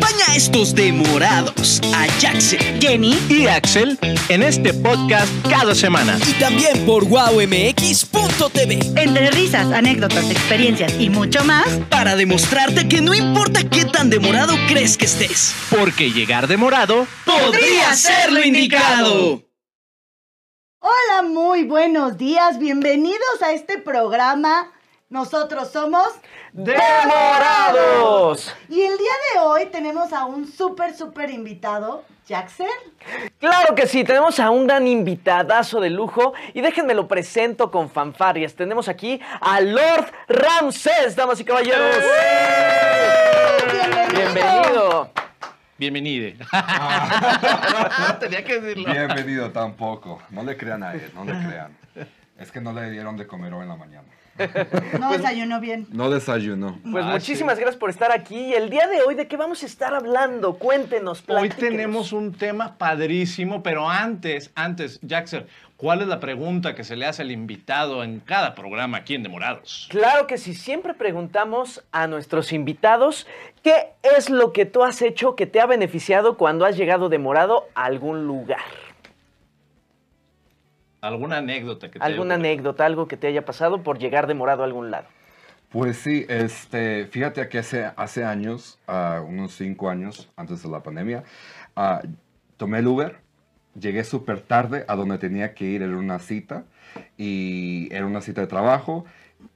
Puntos Demorados a Jackson, Jenny y Axel en este podcast cada semana. y también por wowmx.tv Entre risas, anécdotas, experiencias y mucho más, para demostrarte que no importa qué tan demorado crees que estés, Porque llegar demorado podría ser lo indicado. Hola, muy buenos días. Bienvenidos a este programa. Nosotros somos ¡Demorados! y el día de hoy tenemos a un súper, súper invitado, Jackson. Claro que sí, tenemos a un gran invitadazo de lujo y déjenme lo presento con fanfarrias. Tenemos aquí a Lord Ramsés, damas y caballeros. ¡Eh! Bienvenido. Bienvenido. Bienvenido. Tenía que decirlo. Bienvenido tampoco. No le crean a él, no le crean. Es que no le dieron de comer hoy en la mañana. No Pues, desayunó bien. No desayunó. Ah, Pues muchísimas gracias por estar aquí. Y el día de hoy, ¿de qué vamos a estar hablando? Cuéntenos, Hoy platíquenos. tenemos un tema padrísimo, pero antes, antes, Jackson, ¿cuál es la pregunta que se le hace al invitado en cada programa aquí en Demorados? Claro que sí, siempre preguntamos a nuestros invitados qué es lo que tú has hecho que te ha beneficiado cuando has llegado demorado a algún lugar. ¿Alguna anécdota que te ¿Alguna anécdota, algo que te haya pasado por llegar demorado a algún lado? Pues sí, este, fíjate que hace, hace años, ah, unos cinco años antes de la pandemia, ah, tomé el Uber, llegué súper tarde a donde tenía que ir, era una cita, y era una cita de trabajo,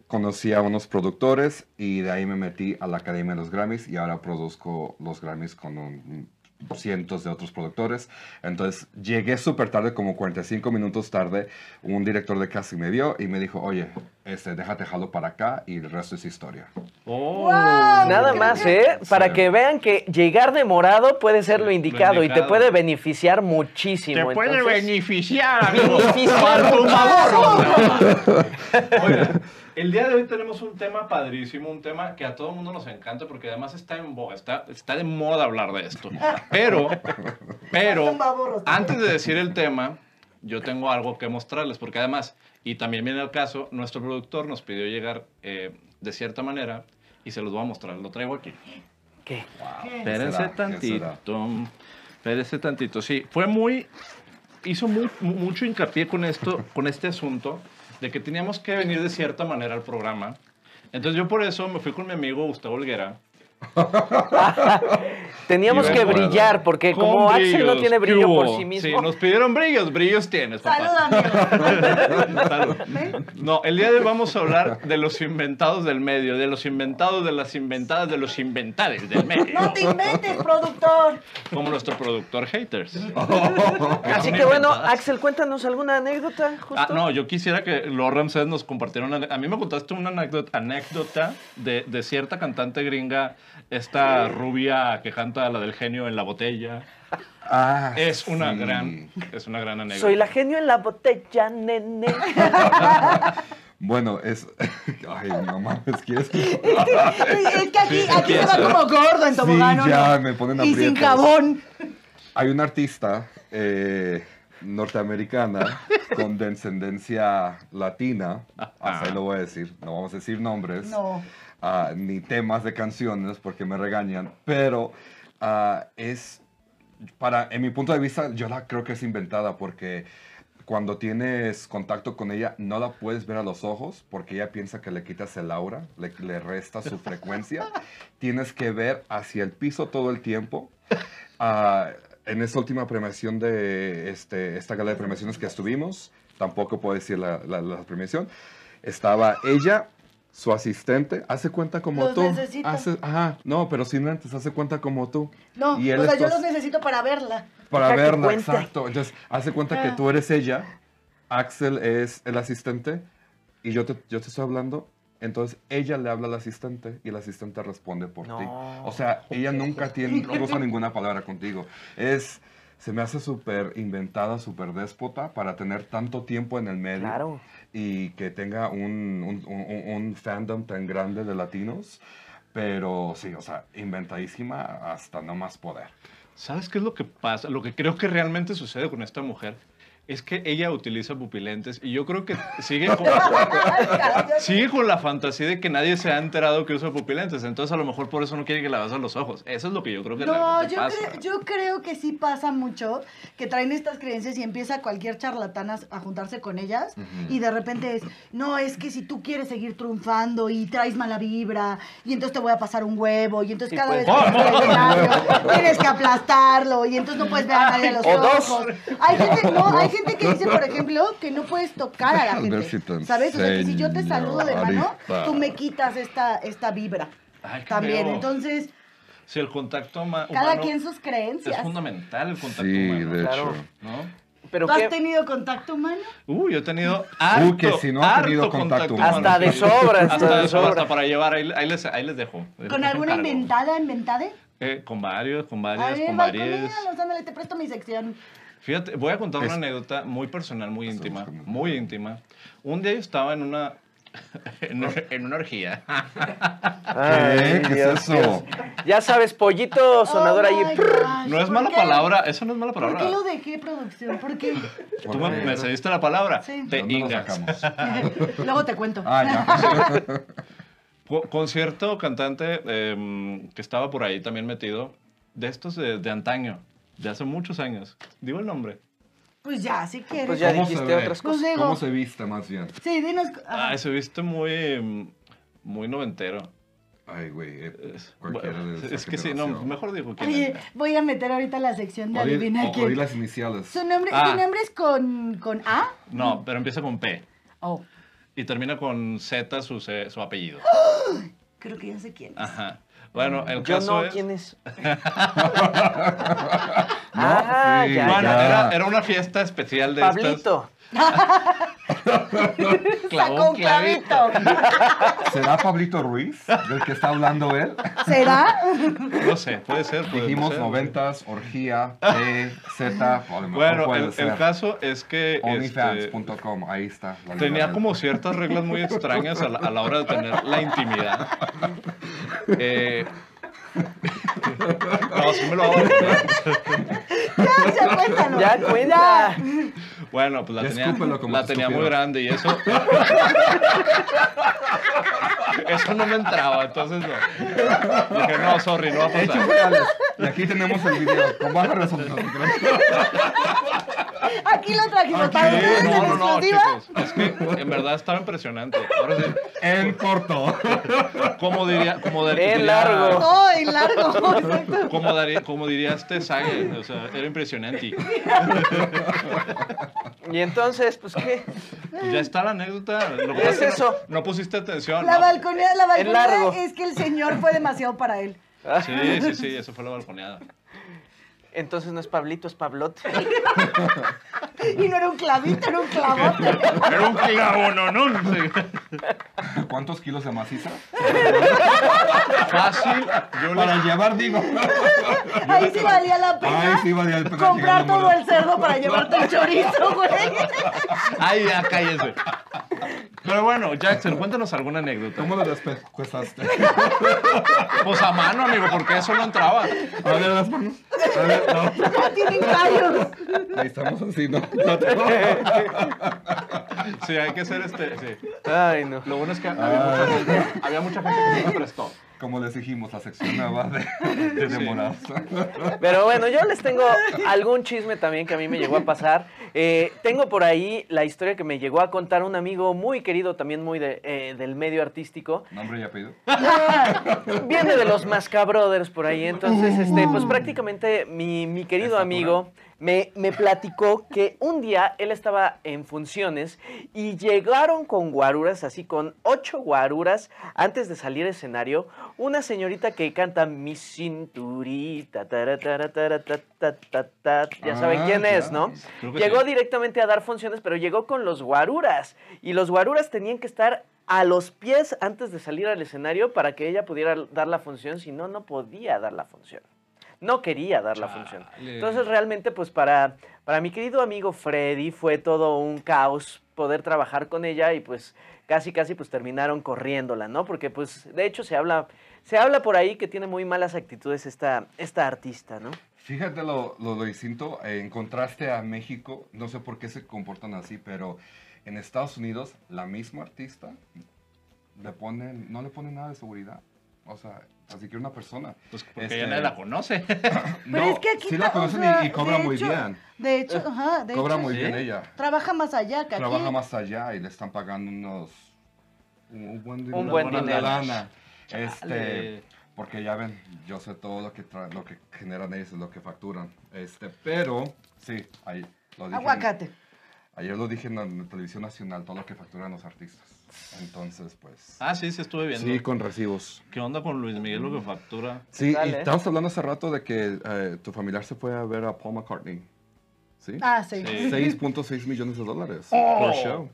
conocí a unos productores y de ahí me metí a la Academia de los Grammys y ahora produzco los Grammys con un- cientos de otros productores. Entonces llegué súper tarde, como 45 minutos tarde, un director de casting me vio y me dijo, oye, este, déjate jalo para acá y el resto es historia. Oh, Nada más, ¿eh? Sí. Para que vean que llegar demorado puede ser lo indicado, y te indicado. puede beneficiar muchísimo. Te puede entonces- beneficiar, amigo. Beneficiar. Por tu favor. Oigan, el día de hoy tenemos un tema padrísimo, un tema que a todo el mundo nos encanta porque además está en boga, está, está de moda hablar de esto. Pero, pero, antes de decir el tema, yo tengo algo que mostrarles porque además, y también viene el caso, nuestro productor nos pidió llegar eh, de cierta manera y se los voy a mostrar, lo traigo aquí. ¿Qué? Espérense será? ¿Quién será? tantito. Espérense tantito. Sí, fue muy. Hizo mu- mu- mucho hincapié con esto, con este asunto, de que teníamos que venir de cierta manera al programa. Entonces yo por eso me fui con mi amigo Gustavo Olguera. Teníamos Y que demorado. brillar, porque Con como Axel no brillos, tiene ¿qué brillo por hubo? sí Sí, mismo. nos pidieron brillos, brillos tienes, papá. Salud, amigo. Salud. No, el día de hoy vamos a hablar de los inventados del medio, de los inventados, de las inventadas, de los inventades del medio. No te inventes, productor. Como nuestro productor Haters. Así que bueno, Axel, cuéntanos alguna anécdota. Justo? Ah, no, yo quisiera que los Ramses nos compartieran. una- A mí me contaste una anécdota, anécdota de, de cierta cantante gringa, esta rubia que canta la del genio en la botella. Ah, Es una sí. gran, es una gran anécdota. Soy la genio en la botella, nene. Bueno, es... Ay, no mames, ¿quieres que- Es que aquí, aquí se va como gordo en tobogán. ¿o Sí, no? ya, me ponen Y sin aprietos. jabón. Hay una artista eh, norteamericana con descendencia latina, hasta ahí lo voy a decir, no vamos a decir nombres, No. ah, ni temas de canciones porque me regañan, pero ah, es, para, en mi punto de vista, yo la creo que es inventada porque cuando tienes contacto con ella no la puedes ver a los ojos porque ella piensa que le quitas el aura, le, le restas su frecuencia, tienes que ver hacia el piso todo el tiempo. Ah, en esta última premiación de este, esta gala de premiaciones que estuvimos, tampoco puedo decir la, la- la premiación, estaba ella, su asistente, hace cuenta como Los tú. necesito. Hace- ajá, no, pero sin lentes, hace cuenta como tú. No, o Y él sea, yo estos- los necesito para verla. Para Deja que verla, cuente. exacto. Entonces, hace cuenta que Ah. tú eres ella, Axel es el asistente, y yo te, yo te estoy hablando. Entonces, ella le habla al asistente y el asistente responde por ti. No. O sea, ella nunca tiene, no usa ninguna palabra contigo. Es, se me hace súper inventada, súper déspota para tener tanto tiempo en el medio Claro. y que tenga un, un- un- un fandom tan grande de latinos. Pero sí, o sea, inventadísima hasta no más poder. ¿Sabes qué es lo que pasa? Lo que creo que realmente sucede con esta mujer es que ella utiliza pupilentes y yo creo que sigue con, sigue con la fantasía de que nadie se ha enterado que usa pupilentes. Entonces, a lo mejor por eso no quiere que la veas a los ojos. Eso es lo que yo creo que No, realmente yo, pasa. creo, yo creo que sí pasa mucho que traen estas creencias y empieza cualquier charlatana a- a juntarse con ellas y de repente es, no, es que si tú quieres seguir triunfando y traes mala vibra y entonces te voy a pasar un huevo y Sí, entonces cada pues. vez que ¿Cómo? vas al escenario tienes que aplastarlo y entonces no puedes ver a nadie a los Ah, O dos. ojos. Hay gente, no, hay gente que dice, por ejemplo, que no puedes tocar a la A ver gente. si te ¿Sabes? O sea, que si yo te enseño saludo de mano, ahorita. tú me quitas esta, esta vibra. Ay, qué También, feo. entonces... Si el contacto ma- humano Cada quien sus creencias. es fundamental el contacto Sí, humano, de Claro. hecho. ¿no? Pero ¿Tú has qué- tenido contacto humano? Uh, yo he tenido harto, que si no ha tenido harto contacto contacto humano. Hasta de sí. sobra, hasta hasta de de sobra, sobra. hasta para llevar, ahí, ahí les, ahí les dejo. ¿Con alguna Eh, Encargo. inventada, inventada? Eh, con varios, con A varias, ver, con va con varias. ellos, ándale, te presto mi sección. Fíjate, voy a contar Es- una anécdota muy personal, muy íntima, buscando. muy íntima. Un día yo estaba en una, en, una- en una orgía. Ah, Ay, ¿Qué? ¿Qué Dios, es eso? Dios. Ya sabes, pollito sonador Oh ahí. my gosh, No es ¿por mala qué? palabra, eso no es mala ¿Por palabra. qué lo dejé, producción? ¿Por qué? Tú me, me cediste la palabra. Sí. Te ¿Dónde lo ingas. sacamos? Ah, Luego te cuento. Ah, ya. Co- Con cierto cantante em, que estaba por ahí también metido, de estos de, de antaño, de hace muchos años. Digo el nombre. Pues ya, si quieres. Pues ya ¿Cómo se dijiste ve? otras Pues cosas. digo. ¿Cómo se viste más bien? Sí, dinos. ajá. Ah, se viste muy, em, muy noventero. Ay, güey. eh, Es, Cualquiera de bueno, esa es que sí, no, generación. mejor digo quién Oye, eh. era. voy a meter ahorita la sección de Oí- adivina o- quién. oí las iniciales. ¿Su, nombre, Ah. ¿Su nombre es con, con A? No, pero empieza con P Oh, y termina con Z su, se- su apellido. creo que ya sé quién. Ajá. Bueno, el Yo caso no, es... ¿quién es? ah, sí, ya, bueno, Bueno, ya. era, era una fiesta especial de estas. Pablito. Clavó Sacó un un clavito. clavito. ¿Será Pablito Ruiz del que está hablando él? ¿Será? No sé, puede ser. puede Dijimos ser. noventas, orgía, T, Z, a lo mejor Bueno, puede el, ser. el caso es que... este, Onlyfans.com, ahí está. la Tenía libreta. como ciertas reglas muy extrañas a la, a la hora de tener la intimidad. Eh, no, sí me lo hago. Ya, ya, cuéntalo. Ya cuenta. Bueno, pues la Ya tenía, escúpelo como la te tenía muy escupieron. grande y eso. Eso no me entraba, entonces no. Dije, no, sorry, no va a Hechos pasar. reales. Y aquí tenemos el video con baja resolución. Aquí lo trajimos Aquí, para ustedes en No, no, no, exclusiva. chicos. Es que en verdad estaba impresionante. Ahora sí, En corto. como diría, como de- Qué diría- largo. No, y largo, exacto. Como, daría, como diría este Sague, o sea, era impresionante. Y entonces, pues qué. Pues ya está la anécdota. Lo ¿Qué que es pasa es que no- eso? No, pusiste atención. La ¿no? balconeada, la balconeada largo. es que el señor fue demasiado para él. Sí, sí, sí, eso fue la balconeada. Entonces no es Pablito, es Pablote. Y no era un clavito, era un clavote. Era un clavo, no, no. sí. ¿Cuántos kilos de maciza? Fácil, yo le, Para llevar, digo. Ahí sí valía la pena Ahí sí valía la pena llegar comprar a todo Morelos. el cerdo para llevarte el chorizo, güey. Ay, ya cállense. Pero bueno, Jackson, cuéntanos alguna anécdota. ¿Cómo lo despejuezaste? Pues a mano, amigo, porque eso no entraba. A ver, las manos. A ver, no. Ya tienen callos. Ahí estamos así, ¿no? Sí, hay que ser este. Sí. Ay, no. Lo bueno es que había mucha gente, había mucha gente que se lo prestó. Como les dijimos, la sección nueva de, de Sí. demorados. Pero bueno, yo les tengo algún chisme también que a mí me llegó a pasar. Eh, tengo por ahí la historia que me llegó a contar un amigo muy querido, también muy de- eh, del medio artístico. Nombre y apellido. Viene de los Masca Brothers por ahí, entonces, este, pues prácticamente mi, mi querido Estatura. amigo me, me platicó que un día él estaba en funciones y llegaron con guaruras, así con ocho guaruras, antes de salir al escenario, una señorita que canta Mi cinturita, tara, tara, tara, ta, ta, ta, ta. ya saben Ah, quién es, claro. ¿no? Creo que Llegó sí. directamente a dar funciones, pero llegó con los guaruras. Y los guaruras tenían que estar a los pies antes de salir al escenario para que ella pudiera dar la función, si no, no podía dar la función. No quería dar la función. Chale. Entonces, realmente, pues para, para mi querido amigo Freddy fue todo un caos poder trabajar con ella y pues casi, casi, pues terminaron corriéndola, ¿no? Porque pues, de hecho, se habla, se habla por ahí que tiene muy malas actitudes esta, esta artista, ¿no? Fíjate lo, lo, lo distinto, eh, en contraste a México, no sé por qué se comportan así, pero en Estados Unidos, la misma artista le ponen, no le ponen nada de seguridad. O sea, así que una persona. Pues porque Este, ya nadie la conoce. Pero es que aquí sí ta- la o conocen y- sea, y, cobra de muy hecho- bien. De hecho, ajá, de Cobra hecho, muy sí. bien ella. Trabaja más allá que aquí. Trabaja más allá y le están pagando unos. Un, un buen dinero. Un buen una buena dinero. lana. Chale. Este. Porque ya ven, yo sé todo lo que, tra- lo que generan ellos, lo que facturan. Este, pero, sí, ahí lo dije. Aguacate. Ayer lo dije en la, en la televisión nacional, todo lo que facturan los artistas. Entonces, pues. Ah, sí, sí, estuve viendo. sí, con recibos. ¿Qué onda con Luis Miguel lo que factura? Sí, y Dale. estábamos hablando hace rato de que eh, tu familiar se fue a ver a Paul McCartney. ¿Sí? Ah, sí. Sí. 6.6 millones de dólares Oh. por Oh. show.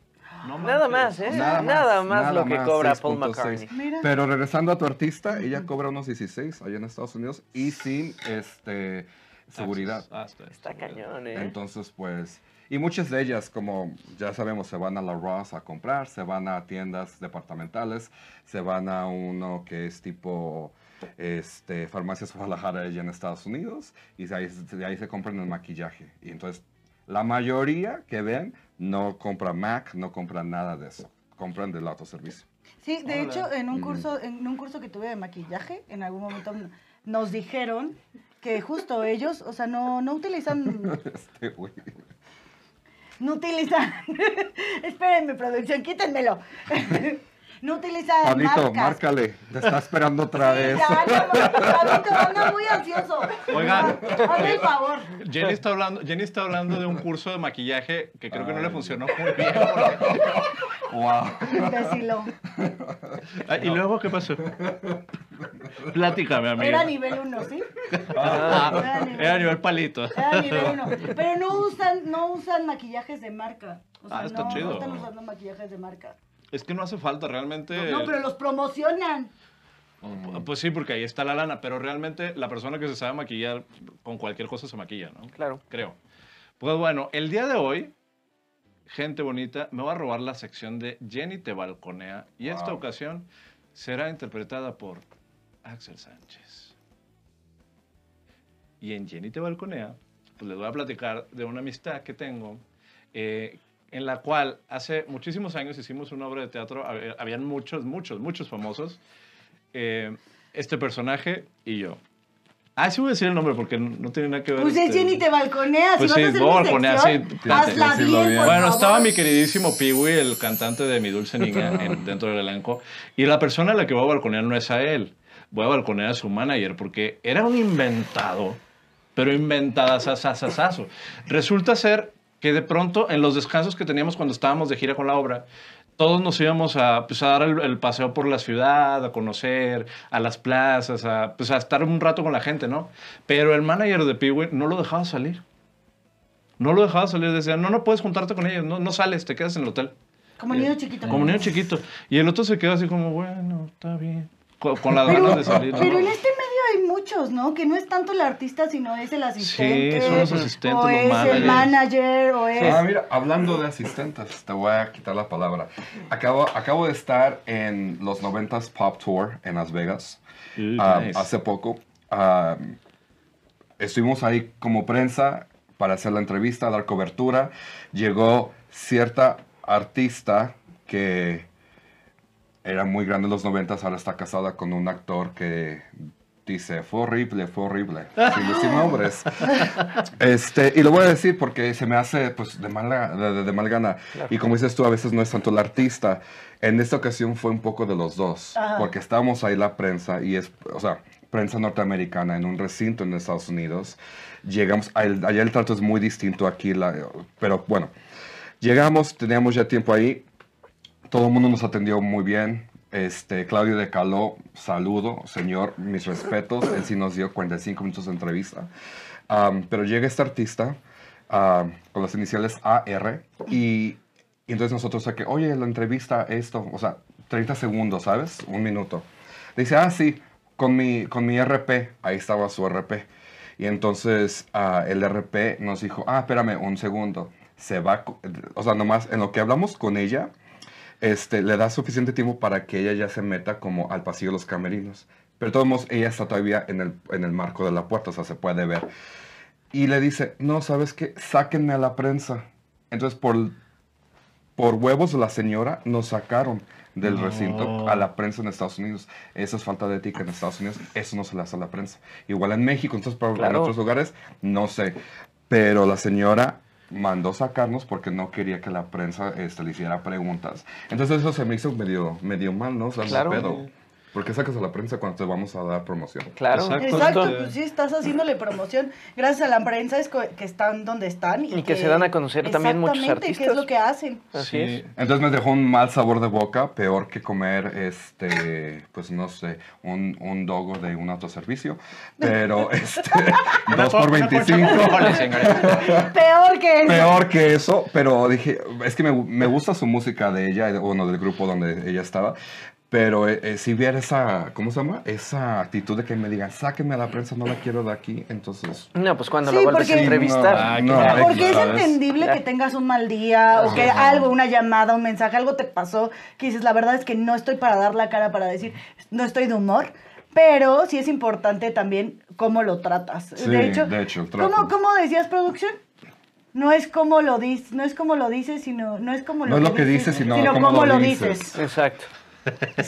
No Nada más, manches. ¿eh? Nada más, lo que cobra Paul 6.6. McCartney. Mira. Pero regresando a tu artista, ella cobra unos 16 allá en Estados Unidos y sin este seguridad. Ah, está, Está cañón, ¿eh? Entonces, pues, y muchas de ellas, como ya sabemos, se van a la Ross a comprar, se van a tiendas departamentales, se van a uno que es tipo este, farmacias Guadalajara allá en Estados Unidos, y de ahí, de ahí se compran el maquillaje. Y entonces, la mayoría que ven no compra Mac, no compran nada de eso, compran del autoservicio. Sí, de Hola. hecho, en un curso, en un curso que tuve de maquillaje, en algún momento n- nos dijeron que justo ellos, o sea, no, no utilizan, Este güey. no utilizan, espérenme, producción, quítenmelo. no utilizan Pablito, marcas. márcale, te está esperando otra Sí, vez. ya, no, Pablito, anda muy ansioso. Oigan. Hazme el favor. Jenny está, hablando, Jenny está hablando de un curso de maquillaje que creo que no le funcionó muy bien. porque- Wow. Decilo. Ah, ¿Y luego qué pasó? Platícame, amigo. Era nivel 1, ¿sí? Ah, Era nivel- era nivel palito. Era nivel uno. Pero no usan, no usan maquillajes de marca. O sea, Ah, está no, chido. no están usando maquillajes de marca. Es que no hace falta realmente. No, pero los promocionan. Pues sí, porque ahí está la lana, pero realmente la persona que se sabe maquillar con cualquier cosa se maquilla, ¿no? Claro. Creo. Pues bueno, el día de hoy, gente bonita, me va a robar la sección de Jenny te balconea y esta Wow. ocasión será interpretada por Axel Sánchez. Y en Jenny te balconea, pues les voy a platicar de una amistad que tengo eh, en la cual hace muchísimos años hicimos una obra de teatro, hab- eh, habían muchos, muchos, muchos famosos, eh, este personaje y yo. Ah, sí voy a decir el nombre porque no, no tiene nada que ver. Pues es este- Jenny te balconea. Pues si sí, vas a hacer voy a mi balconear, sección, sí, claro, hazla sí, sí, lo bien, bien. por bueno, favor. estaba mi queridísimo Piwi, el cantante de Mi Dulce Niña, en- dentro del elenco. Y la persona a la que voy a balconear no es a él. Voy a balconear a su manager porque era un inventado, pero inventada sasasasazo. Resulta ser que de pronto, en los descansos que teníamos cuando estábamos de gira con la obra, todos nos íbamos a, pues, a dar el, el paseo por la ciudad, a conocer, a las plazas, a, pues, a estar un rato con la gente, ¿no? Pero el manager de Piwi no lo dejaba salir. No lo dejaba salir, decía, no, no puedes juntarte con ellos, no, no sales, te quedas en el hotel. Como niño chiquito. Como niño chiquito. Y el otro se quedó así como, bueno, está bien. Con, con las Pero, ganas de salir. ¿no? pero en este medio hay muchos, ¿no? Que no es tanto el artista, sino es el asistente. son los asistentes, O los es el managers. manager, o es... Ah, mira, hablando de asistentes, te voy a quitar la palabra. Acabo, acabo de estar en los 90s Pop Tour en Las Vegas Ooh, ah, nice. hace poco. Ah, estuvimos ahí como prensa para hacer la entrevista, dar cobertura. Llegó cierta artista que era muy grande en los 90s, ahora está casada con un actor que dice, fue horrible, fue horrible, sin decir nombres. Este, y lo voy a decir porque se me hace pues, de, mala, de, de- de mal gana. Y como dices tú, a veces no es tanto el artista. En esta ocasión fue un poco de los dos, Ajá. porque estábamos ahí la prensa, y es, o sea, prensa norteamericana en un recinto en Estados Unidos. Llegamos, al- allá el trato es muy distinto aquí, la- pero bueno, llegamos, teníamos ya tiempo ahí, todo el mundo nos atendió muy bien. Este, Claudio de Caló, saludo, señor, mis respetos. Él sí nos dio 45 minutos de entrevista. Am, pero llega este artista am, con las iniciales AR y, y entonces nosotros, de que, oye, la entrevista, esto, o sea, 30 segundos, ¿sabes? Un minuto. Dice, ah, sí, con mi, con mi RP. Ahí estaba su RP. Y entonces ah, el RP nos dijo, ah, espérame un segundo. Se va, co- o sea, nomás en lo que hablamos con ella, este, le da suficiente tiempo para que ella ya se meta como al pasillo de los camerinos. Pero de todos modos, ella está todavía en el, en el marco de la puerta, o sea, se puede ver. Y le dice, no, ¿sabes qué? Sáquenme a la prensa. Entonces, por, por huevos, la señora nos sacaron del recinto a la prensa en Estados Unidos. Eso es falta de ética en Estados Unidos. Eso no se le hace a la prensa. Igual en México, entonces, para, en Claro. otros lugares, no sé. Pero la señora mandó sacarnos porque no quería que la prensa este, le hiciera preguntas. Entonces, eso se me hizo medio, medio mal, ¿no? O sea, Claro. pedo. ¿Por qué sacas a la prensa cuando te vamos a dar promoción? Claro. Exacto. Exacto, Justo. pues sí, estás haciéndole promoción. Gracias a la prensa es co- que están donde están. Y, Y que se dan a conocer también muchos Exactamente, que es artistas. lo que hacen. Así es. Entonces me dejó un mal sabor de boca, peor que comer, este, pues no sé, un, un dogo de un autoservicio, pero este, Una 2 po- por una concha con 25, frijoles, señorita. Peor que eso. peor que eso, pero dije, es que me, me gusta su música de ella, de- bueno, del grupo donde ella estaba, pero eh, eh, si viera esa, ¿cómo se llama? Esa actitud de que me digan, sáquenme a la prensa, no la quiero de aquí, entonces... No, pues cuando Sí, la vuelves a porque- entrevistar. Ah, no, claro. Porque es ¿sabes? entendible que tengas un mal día o que algo, una llamada, un mensaje, algo te pasó que dices, la verdad es que no estoy para dar la cara para decir, no estoy de humor. Pero sí es importante también cómo lo tratas. Sí, de hecho, de hecho, el trato. ¿cómo, cómo decías producción? No es cómo lo dices, no es cómo lo dices, sino no es como lo, No es lo que dices, sino cómo lo dices. Exacto.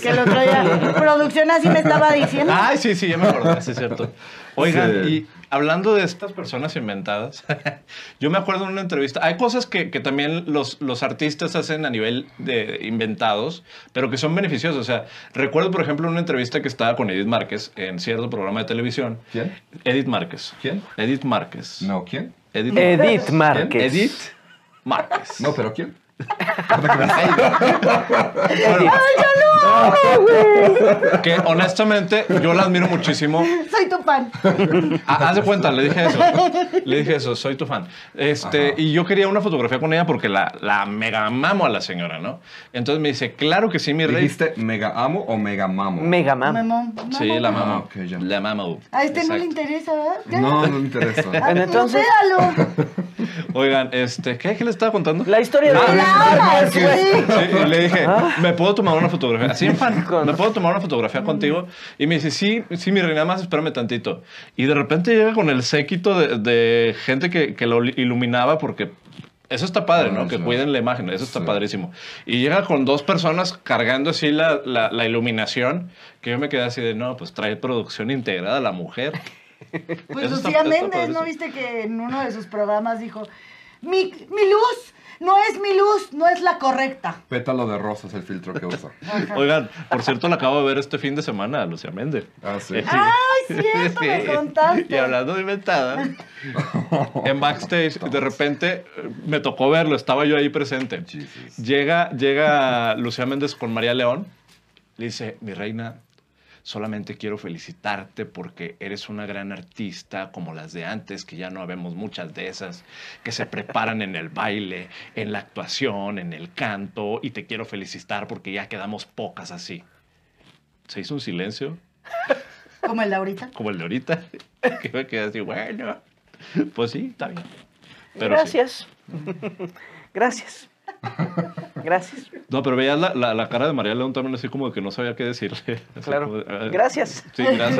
Que el otro día producción así me estaba diciendo. Ah. Ay, sí, sí, ya me acordé, sí, es cierto. Oigan, Sí. y hablando de estas personas inventadas, yo me acuerdo en una entrevista, hay cosas que, que también los, los artistas hacen a nivel de inventados, pero que son beneficiosos. O sea, recuerdo, por ejemplo, una entrevista que estaba con Edith Márquez en cierto programa de televisión. ¿Quién? Edith Márquez. ¿Quién? Edith Márquez. No, ¿quién? Edith Márquez. Edith Márquez. Edith Márquez. No, pero ¿quién? Bueno, Que honestamente yo la admiro muchísimo. Soy tu fan. Ah, haz de cuenta, le dije eso. Le dije eso, soy tu fan. Este, Ajá. y yo quería una fotografía con ella porque la, la mega mamo a la señora, ¿no? Entonces me dice, claro que sí, mi rey. ¿Dijiste mega amo o mega mamo? Mega Mam. Mamón, Sí, mamón. la mamo. Ah, ok, ya. La mamo. A este no Exacto. le interesa, ¿verdad? Ya. No, no me interesa. Ah, Bueno, entonces- Espéralo. Oigan, este, ¿qué, ¿Qué le estaba contando? La historia de Ah, Edith Ahora sí. Sí, y le dije, ¿me puedo tomar una fotografía? Así en fan, Con- ¿me puedo tomar una fotografía contigo? Y me dice, sí, sí, mi reina, nada más espérame tantito. Y de repente llega con el séquito de, de gente que, que lo iluminaba porque... Eso está padre, ¿no? Ah, Que sí. cuiden la imagen, eso está Sí. padrísimo. Y llega con dos personas cargando así la, la- la iluminación, que yo me quedé así de, no, pues trae producción integrada la mujer. Pues Eso está- Lucía está Méndez, padrísimo. ¿no viste que en uno de sus programas dijo, mi, mi luz no es mi luz, no es la correcta? Pétalo de rosa es el filtro que usa. Oigan, por cierto, la acabo de ver este fin de semana, a Lucía Méndez. Ah, sí. ¡Ay, cierto! Me contaste. Y hablando de inventadas, en backstage, de repente eh, me tocó verlo, estaba yo ahí presente. Jesus. Llega, llega Lucía Méndez con María León, le dice, mi reina, solamente quiero felicitarte porque eres una gran artista como las de antes, que ya no habemos muchas de esas, que se preparan en el baile, en la actuación, en el canto, y te quiero felicitar porque ya quedamos pocas así. Se hizo un silencio Como el de ahorita. como el de ahorita, que me quedé así, bueno, pues sí, está bien. Pero Gracias. Gracias. Gracias. sí. No, pero veías la, la, la cara de María León también así como que no sabía qué decirle. Así Claro. como de, ah, Gracias. Sí, gracias.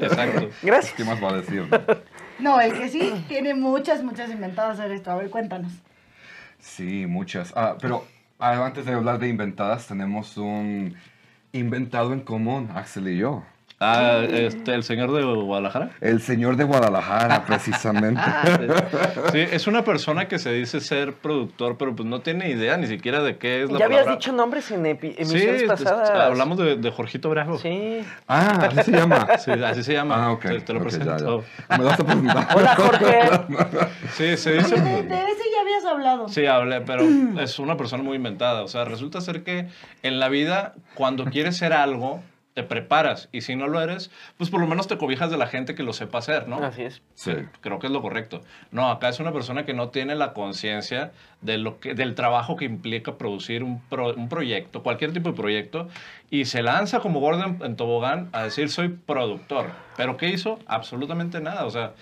Exacto. ¿Qué Gracias. más va a decir? no? No, el que sí tiene muchas, muchas inventadas hacer esto. A ver, cuéntanos. Sí, muchas. Ah, pero ah, antes de hablar de inventadas, tenemos un inventado en común, Axel y yo. Ah, este, el señor de Guadalajara. El señor de Guadalajara, precisamente. Ah. Sí, es una persona que se dice ser productor, pero pues no tiene idea ni siquiera de qué es la Ya habías palabra. dicho nombres en epi- Sí, es- emisiones pasadas. hablamos de, de Jorgito Bravo. Sí. Sí. Ah, así se llama. así se llama. Ah, ok. Te, te lo ok, ya, ya. presento. Me vas a presentar. Hola, Jorge. Sí, se Oye, dice. De, de ese ya habías hablado. Sí, hablé, pero es una persona muy inventada. O sea, resulta ser que en la vida, cuando quieres ser algo, te preparas. Y si no lo eres, pues por lo menos te cobijas de la gente que lo sepa hacer, ¿no? Así es. Sí. Creo que es lo correcto. No, acá es una persona que no tiene la conciencia de lo que, del trabajo que implica producir un, pro- un proyecto, cualquier tipo de proyecto, y se lanza como Gordon en tobogán a decir soy productor. ¿Pero qué hizo? Absolutamente nada. O sea,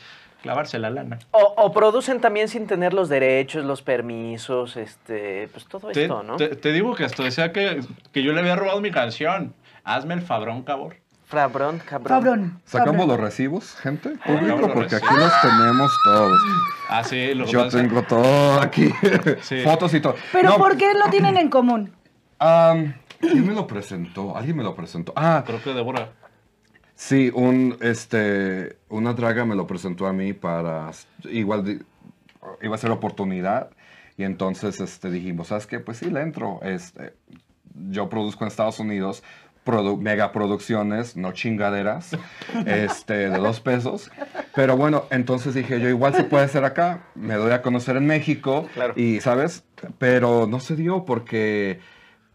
Clavarse la lana. O, o producen también sin tener los derechos, los permisos, este, pues todo Te, esto, ¿no? te- te digo que hasta decía que, que yo le había robado mi canción. Hazme el fabrón, cabrón. Frabrón, cabrón. Cabrón. Sacamos cabrón. los recibos, gente, Sacamos público, los porque recibos. aquí los tenemos todos. Ah, sí, lo que Yo pasa- tengo todo aquí, Sí. fotos y todo. Pero No, ¿por qué lo tienen en común? am, ¿Quién me lo presentó? Alguien me lo presentó. Ah, Creo que Débora. Sí, un, este, una draga me lo presentó a mí para, igual di- iba a ser oportunidad y entonces este, dijimos, ¿sabes qué? Pues sí, le entro. Este, yo produzco en Estados Unidos produ- megaproducciones, no chingaderas, este, de dos pesos. Pero bueno, entonces dije yo, igual se puede hacer acá, me doy a conocer en México Claro. y, ¿sabes? Pero no se dio porque,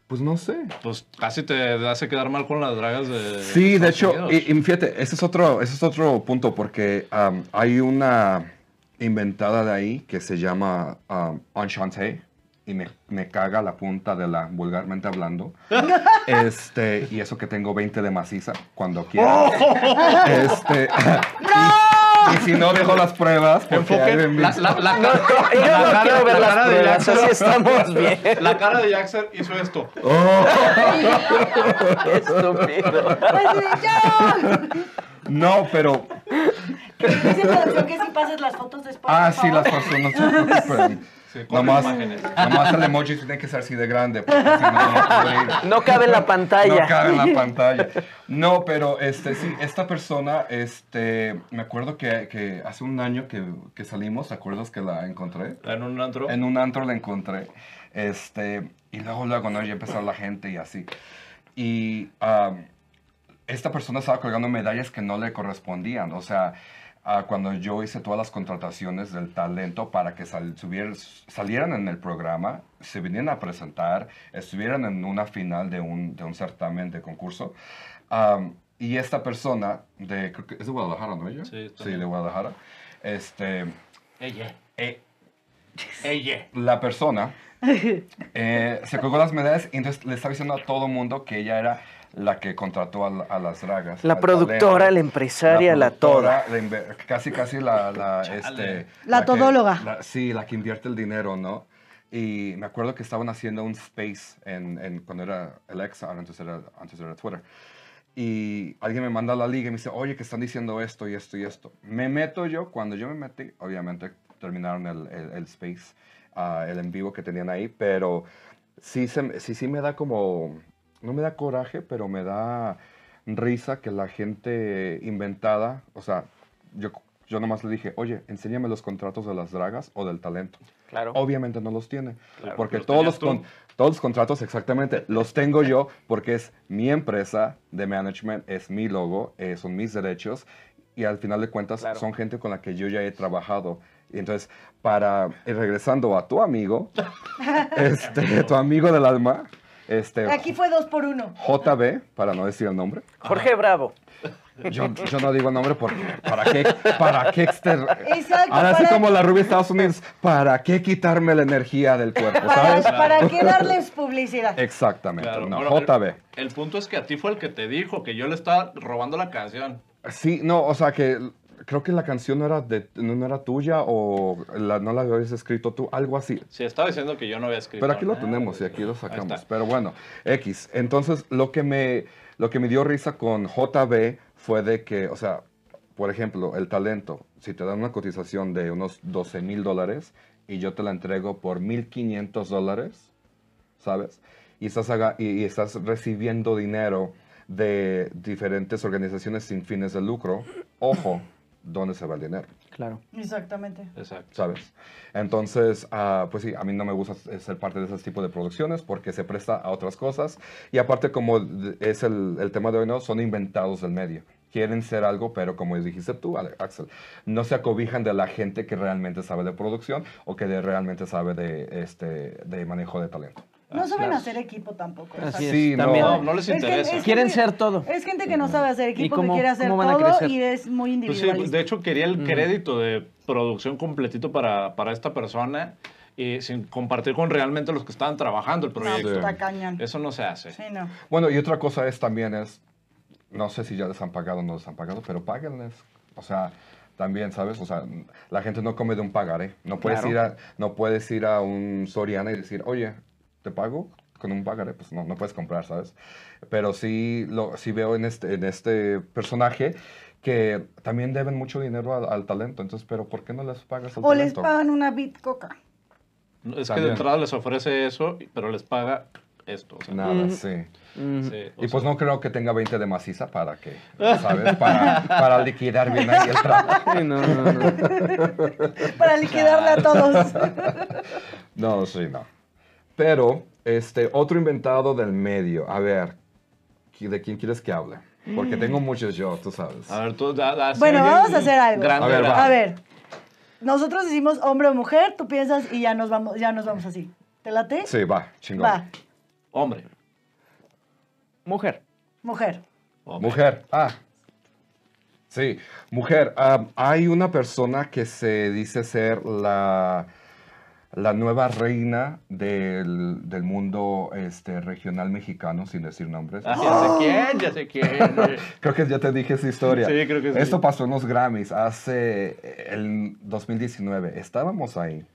pues no sé, Pues casi te hace quedar mal con las dragas de. Sí, de Estados hecho, Unidos. y, y fíjate, ese es otro, ese es otro punto, porque am, hay una inventada de ahí que se llama um, Enchanté, y me, me caga la punta de la, vulgarmente hablando. este, y eso que tengo 20 de maciza, cuando quiera. este, y, y si no, dejo las pruebas. Porque Enfoque. ahí ven La, mis- la- la- Yo la no cara- quiero ver la cara las de pruebas, Jackson- así estamos bien. La cara de Jackson hizo esto. Oh, Qué estúpido. Pues sí, yo. No, pero... Dice producción que si pases las fotos después. Ah, por sí, las favor. pasó, no se preocupen. Sí, corre Nomás, imágenes. nomás el emoji tiene que ser así de grande, porque si no, no va a poder ir. No cabe en la pantalla. No cabe en la pantalla. No, pero este, sí, esta persona, este, me acuerdo que, que hace un año que, que salimos, ¿te acuerdas que la encontré? En un antro. En un antro la encontré. Este, y luego, luego, ¿no? Ya empezó la gente y así. Y am, esta persona estaba colgando medallas que no le correspondían. O sea, ah, cuando yo hice todas las contrataciones del talento para que sal- subier- salieran en el programa, se vinieran a presentar, estuvieran en una final de un, de un certamen de concurso. am, y esta persona, de, creo que es de Guadalajara, ¿no? ella? Sí, sí, de Guadalajara. Este, Ella. eh, Ella. la persona eh, se colgó las medallas y entonces le estaba diciendo a todo mundo que ella era la que contrató a, la- a las dragas. La al productora, la talento, empresaria, la productora, toda. la inve- casi, casi la... La, este, La que- todóloga. la- sí, la que invierte el dinero, ¿no? Y me acuerdo que estaban haciendo un space en, en- cuando era Alexa, ahora antes era, antes era Twitter. Y alguien me manda la liga y me dice, oye, que están diciendo esto y esto y esto. Me meto yo, cuando yo me metí, obviamente terminaron el, el- el space, ah, el en vivo que tenían ahí, pero sí, se me- sí, sí me da como, no me da coraje, pero me da risa que la gente inventada, o sea, yo, yo nomás le dije, oye, enséñame los contratos de las dragas o del talento. Claro. Obviamente no los tiene, Claro, porque los todos, los tenías tú. con- todos los contratos exactamente los tengo yo porque es mi empresa de management, es mi logo, eh, son mis derechos y al final de cuentas Claro. son gente con la que yo ya he trabajado. Y entonces, para y regresando a tu amigo, este, tu amigo del alma, este, Aquí fue dos por uno. JB, para no decir el nombre. Jorge Bravo. Yo, yo no digo el nombre porque ¿para qué, para qué exter- Exacto, Ahora sí para- como la rubia de Estados Unidos, ¿para qué quitarme la energía del cuerpo, Ah, ¿Para, sabes? ¿Para qué darles publicidad? Exactamente, Claro. no, Bueno, JB. El, el punto es que a ti fue el que te dijo que yo le estaba robando la canción. Sí, no, o sea que creo que la canción no era, de, no no era tuya o la- no la habías escrito tú, algo así. Sí, estaba diciendo que yo no había escrito. Pero aquí lo nada. tenemos y aquí lo ah, Ahí sacamos. está. Pero bueno, X. Entonces, lo que me, lo que me dio risa con JB fue de que, o sea, por ejemplo, el talento, si te dan una cotización de unos 12 mil dólares y yo te la entrego por 1.500 dólares, ¿sabes? Y estás, haga- y, y estás recibiendo dinero de diferentes organizaciones sin fines de lucro, ojo, ¿dónde se va el dinero? Claro. Exactamente. Exacto. ¿sabes? Entonces, ah, pues sí, a mí no me gusta ser parte de ese tipo de producciones porque se presta a otras cosas. Y aparte, como d- es el, el tema de hoy, ¿no? Son inventados del medio. Quieren ser algo, pero como dijiste tú, Ale- Axel, no se acobijan de la gente que realmente sabe de producción o que de- realmente sabe de, este, de manejo de talento. No saben claro. hacer equipo tampoco. o sea, Así es. Sí, no. también. No, no les Es que- interesa. es que- Quieren ser todo. Es gente que no sabe hacer equipo, cómo- que quiere hacer cómo van a todo crecer? y es muy Pues sí, individualista. de hecho quería el Ujú. crédito de producción completito para, para esta persona y sin compartir con realmente los que estaban trabajando el No, proyecto. está cañón. Eso no se hace. Sí, no. Bueno, y otra cosa es también es, no sé si ya les han pagado o no les han pagado, pero páguenles. O sea, También, ¿sabes? O sea, la gente no come de un pagaré. No puedes, Claro. ir, a, no puedes ir a un Soriana y decir, oye, ¿te pago? Con un pagaré, pues no, no puedes comprar, ¿sabes? Pero sí, lo, sí veo en este, en este personaje que también deben mucho dinero al, al talento. Entonces, ¿pero por qué no les pagas al O les talento? pagan una bit coca. No, Es que También. de entrada les ofrece eso, y- pero les paga esto. o sea, Nada, Mm. sí. Mm. sí, o Y pues sea, no creo que tenga 20 de maciza para que, ¿sabes? Para, para liquidar bien ahí el trabajo. Sí, no, no, no. Para liquidarla a todos. No, sí, no. Pero, este, otro inventado del medio. A ver, ¿qui- ¿de quién quieres que hable? Porque tengo muchos yo, tú sabes. Mm. A ver, tú da- da- Bueno, sí, vamos un a hacer algo. grande, A ver, grande. va. A ver, nosotros decimos hombre o mujer, tú piensas y ya nos vamos, ya nos vamos así. ¿Te late? Sí, va, chingón. Va, Hombre. Mujer. mujer. hombre. Mujer, ah. Sí, mujer. ah, hay una persona que se dice ser la, la nueva reina del, del mundo este, regional mexicano, sin decir nombres. Ah, ya sé quién, ya sé quién. Creo que ya te dije esa historia. Sí, creo que sí. Esto pasó en los Grammys hace eh, el 2019. Estábamos ahí.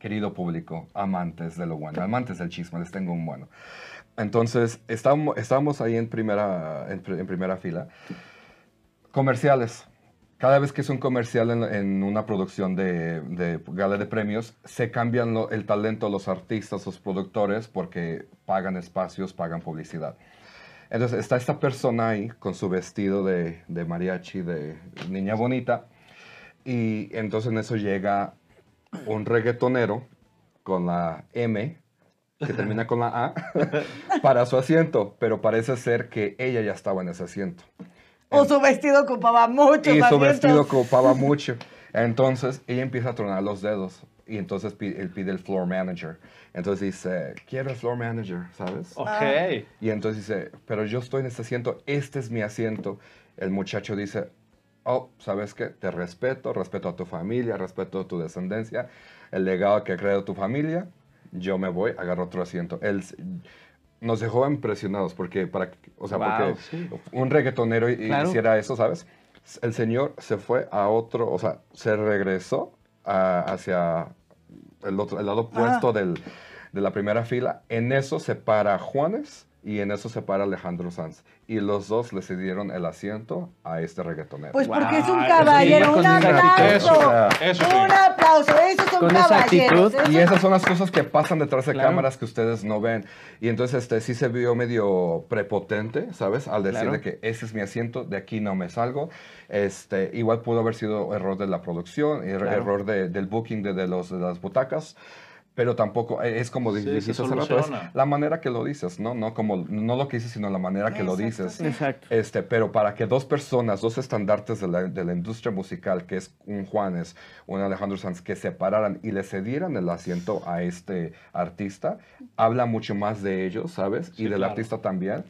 Querido público, amantes de lo bueno, amantes del chisme, les tengo un bueno. Entonces, estábamos, estábamos ahí en primera, en, pri- en primera fila. Comerciales. Cada vez que es un comercial en, en una producción de, de gala de premios, se cambian lo- el talento, los artistas, los productores, porque pagan espacios, pagan publicidad. Entonces está esta persona ahí con su vestido de, de mariachi, de niña bonita. Y entonces en eso llega un reggaetonero con la M, que termina con la A, para su asiento. Pero parece ser que ella ya estaba en ese asiento. O su vestido ocupaba mucho. Y su asientos. vestido ocupaba mucho. Entonces ella empieza a tronar los dedos. Y entonces pi- él pide el floor manager. Entonces dice, quiero el floor manager, Oh, ¿sabes? Ah. Ok. Y entonces dice, pero yo estoy en este asiento, este es mi asiento. El muchacho dice, oh, ¿sabes qué? Te respeto, respeto a tu familia, respeto a tu descendencia, el legado que ha creado tu familia, yo me voy, agarro otro asiento. Él s- nos dejó impresionados porque, para, o sea, Wow, porque un reggaetonero y- y Claro. hiciera eso, ¿sabes? S- El señor se fue a otro, o sea, se regresó a- hacia el, otro, el lado opuesto del, de la primera fila. En eso se para Juanes y en eso se para Alejandro Sanz. Y los dos le cedieron el asiento a este reggaetonero. Pues porque es un Wow, caballero, eso sí, un con esa actitud. aplauso. Eso, Eso sí. Un aplauso, esos son Con esa caballeros. actitud esos- y esas son las cosas que pasan detrás de Claro. cámaras que ustedes no ven. Y entonces este sí se vio medio prepotente, ¿sabes? Al decirle Claro. que ese es mi asiento, de aquí no me salgo. Este, igual pudo haber sido error de la producción, er- Claro. error de- del booking de, de los, de las butacas. Pero tampoco, eh, es como Sí, se dijiste hace rato, es soluciona. la manera que lo dices, ¿no? No, como, no lo que dices, sino la manera que lo Exacto, dices. sí. Exacto. Este, pero para que dos personas, dos estandartes de la, de la industria musical, que es un Juanes, un Alejandro Sanz, que se pararan y le cedieran el asiento a este artista, habla mucho más de ellos, ¿sabes? Sí, y del claro. artista también.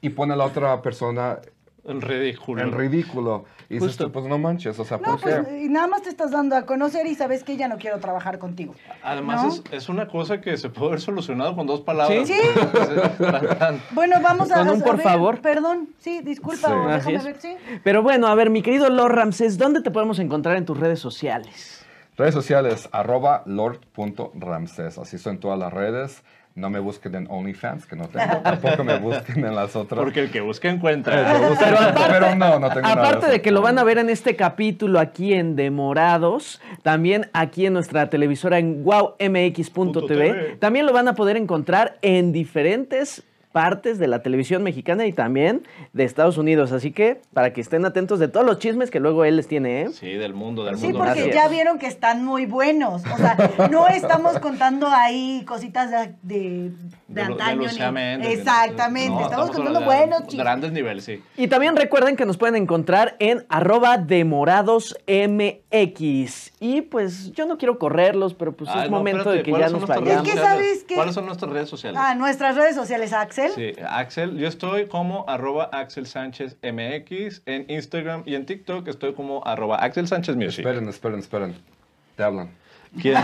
Y pone a la otra persona El ridículo. en ridículo. Y dices, Justo. tú, pues no manches, o sea, No, ¿por qué? pues y nada más te estás dando a conocer y sabes que ya no quiero trabajar contigo. Además, ¿No? es, es una cosa que se puede haber solucionado con dos palabras. pues, Sí. Tan, tan. Bueno, vamos a. Con un a por ver, favor. Perdón, sí, disculpa, Sí. o Así déjame es. ver, sí. Pero bueno, a ver, mi querido Lord Ramsés, ¿dónde te podemos encontrar en tus redes sociales? Redes sociales, arroba lord.ramses. Así son todas las redes. No me busquen en OnlyFans, que no tengo. Tampoco me busquen en las otras. Porque el que busca encuentra. Pero, Pero aparte, pero no, no tengo nada aparte eso. de que lo van a ver en este capítulo aquí en Demorados, también aquí en nuestra televisora en wowmx.tv, TV. también lo van a poder encontrar en diferentes partes de la televisión mexicana y también de Estados Unidos. Así que para que estén atentos de todos los chismes que luego él les tiene, ¿eh? Sí, del mundo, del Sí, mundo. porque Así es. ya vieron que están muy buenos. O sea, no estamos contando ahí cositas de, de, de De lo- de antaño. ni- Lucía Méndez, de- Exactamente, No, estamos, contando hablando de buenos chistes. Grandes niveles, sí. Y también recuerden que nos pueden encontrar en arroba demoradosmx. Y pues yo no quiero correrlos, pero pues Ah, es no, momento espérate, de que ya ¿cuáles son nos nuestras redes vayamos. Es que sociales? ¿sabes qué? ¿Cuáles son nuestras redes sociales? Ah, nuestras redes sociales, Axel. Sí, Axel, yo estoy como arroba Axel Sánchez MX en Instagram y en TikTok estoy como arroba Axel Sánchez Music. Esperen, esperen, esperen. Te hablan. ¿Quién?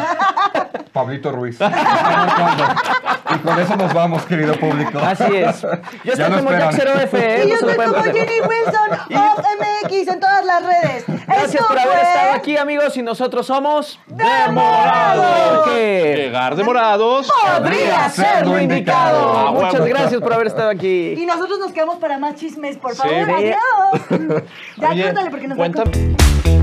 Pablito Ruiz. y con eso nos vamos, querido público. Así es. Yo Ya estoy no como esperan. Jack 0F. Y yo ¿eh? no se lo soy pueden como perder. Jenny Wilson, of MX en todas las redes. Gracias Esto por haber fue- estado aquí, amigos. Y nosotros somos. ¡Demorados! Porque Llegar demorados. Podría ser lo Ah, indicado. bueno. Muchas gracias por haber estado aquí. Y nosotros nos quedamos para más chismes, por Sí. favor. Ve- Adiós. Ya Oye, cuéntale porque nos va a cuéntame. contar.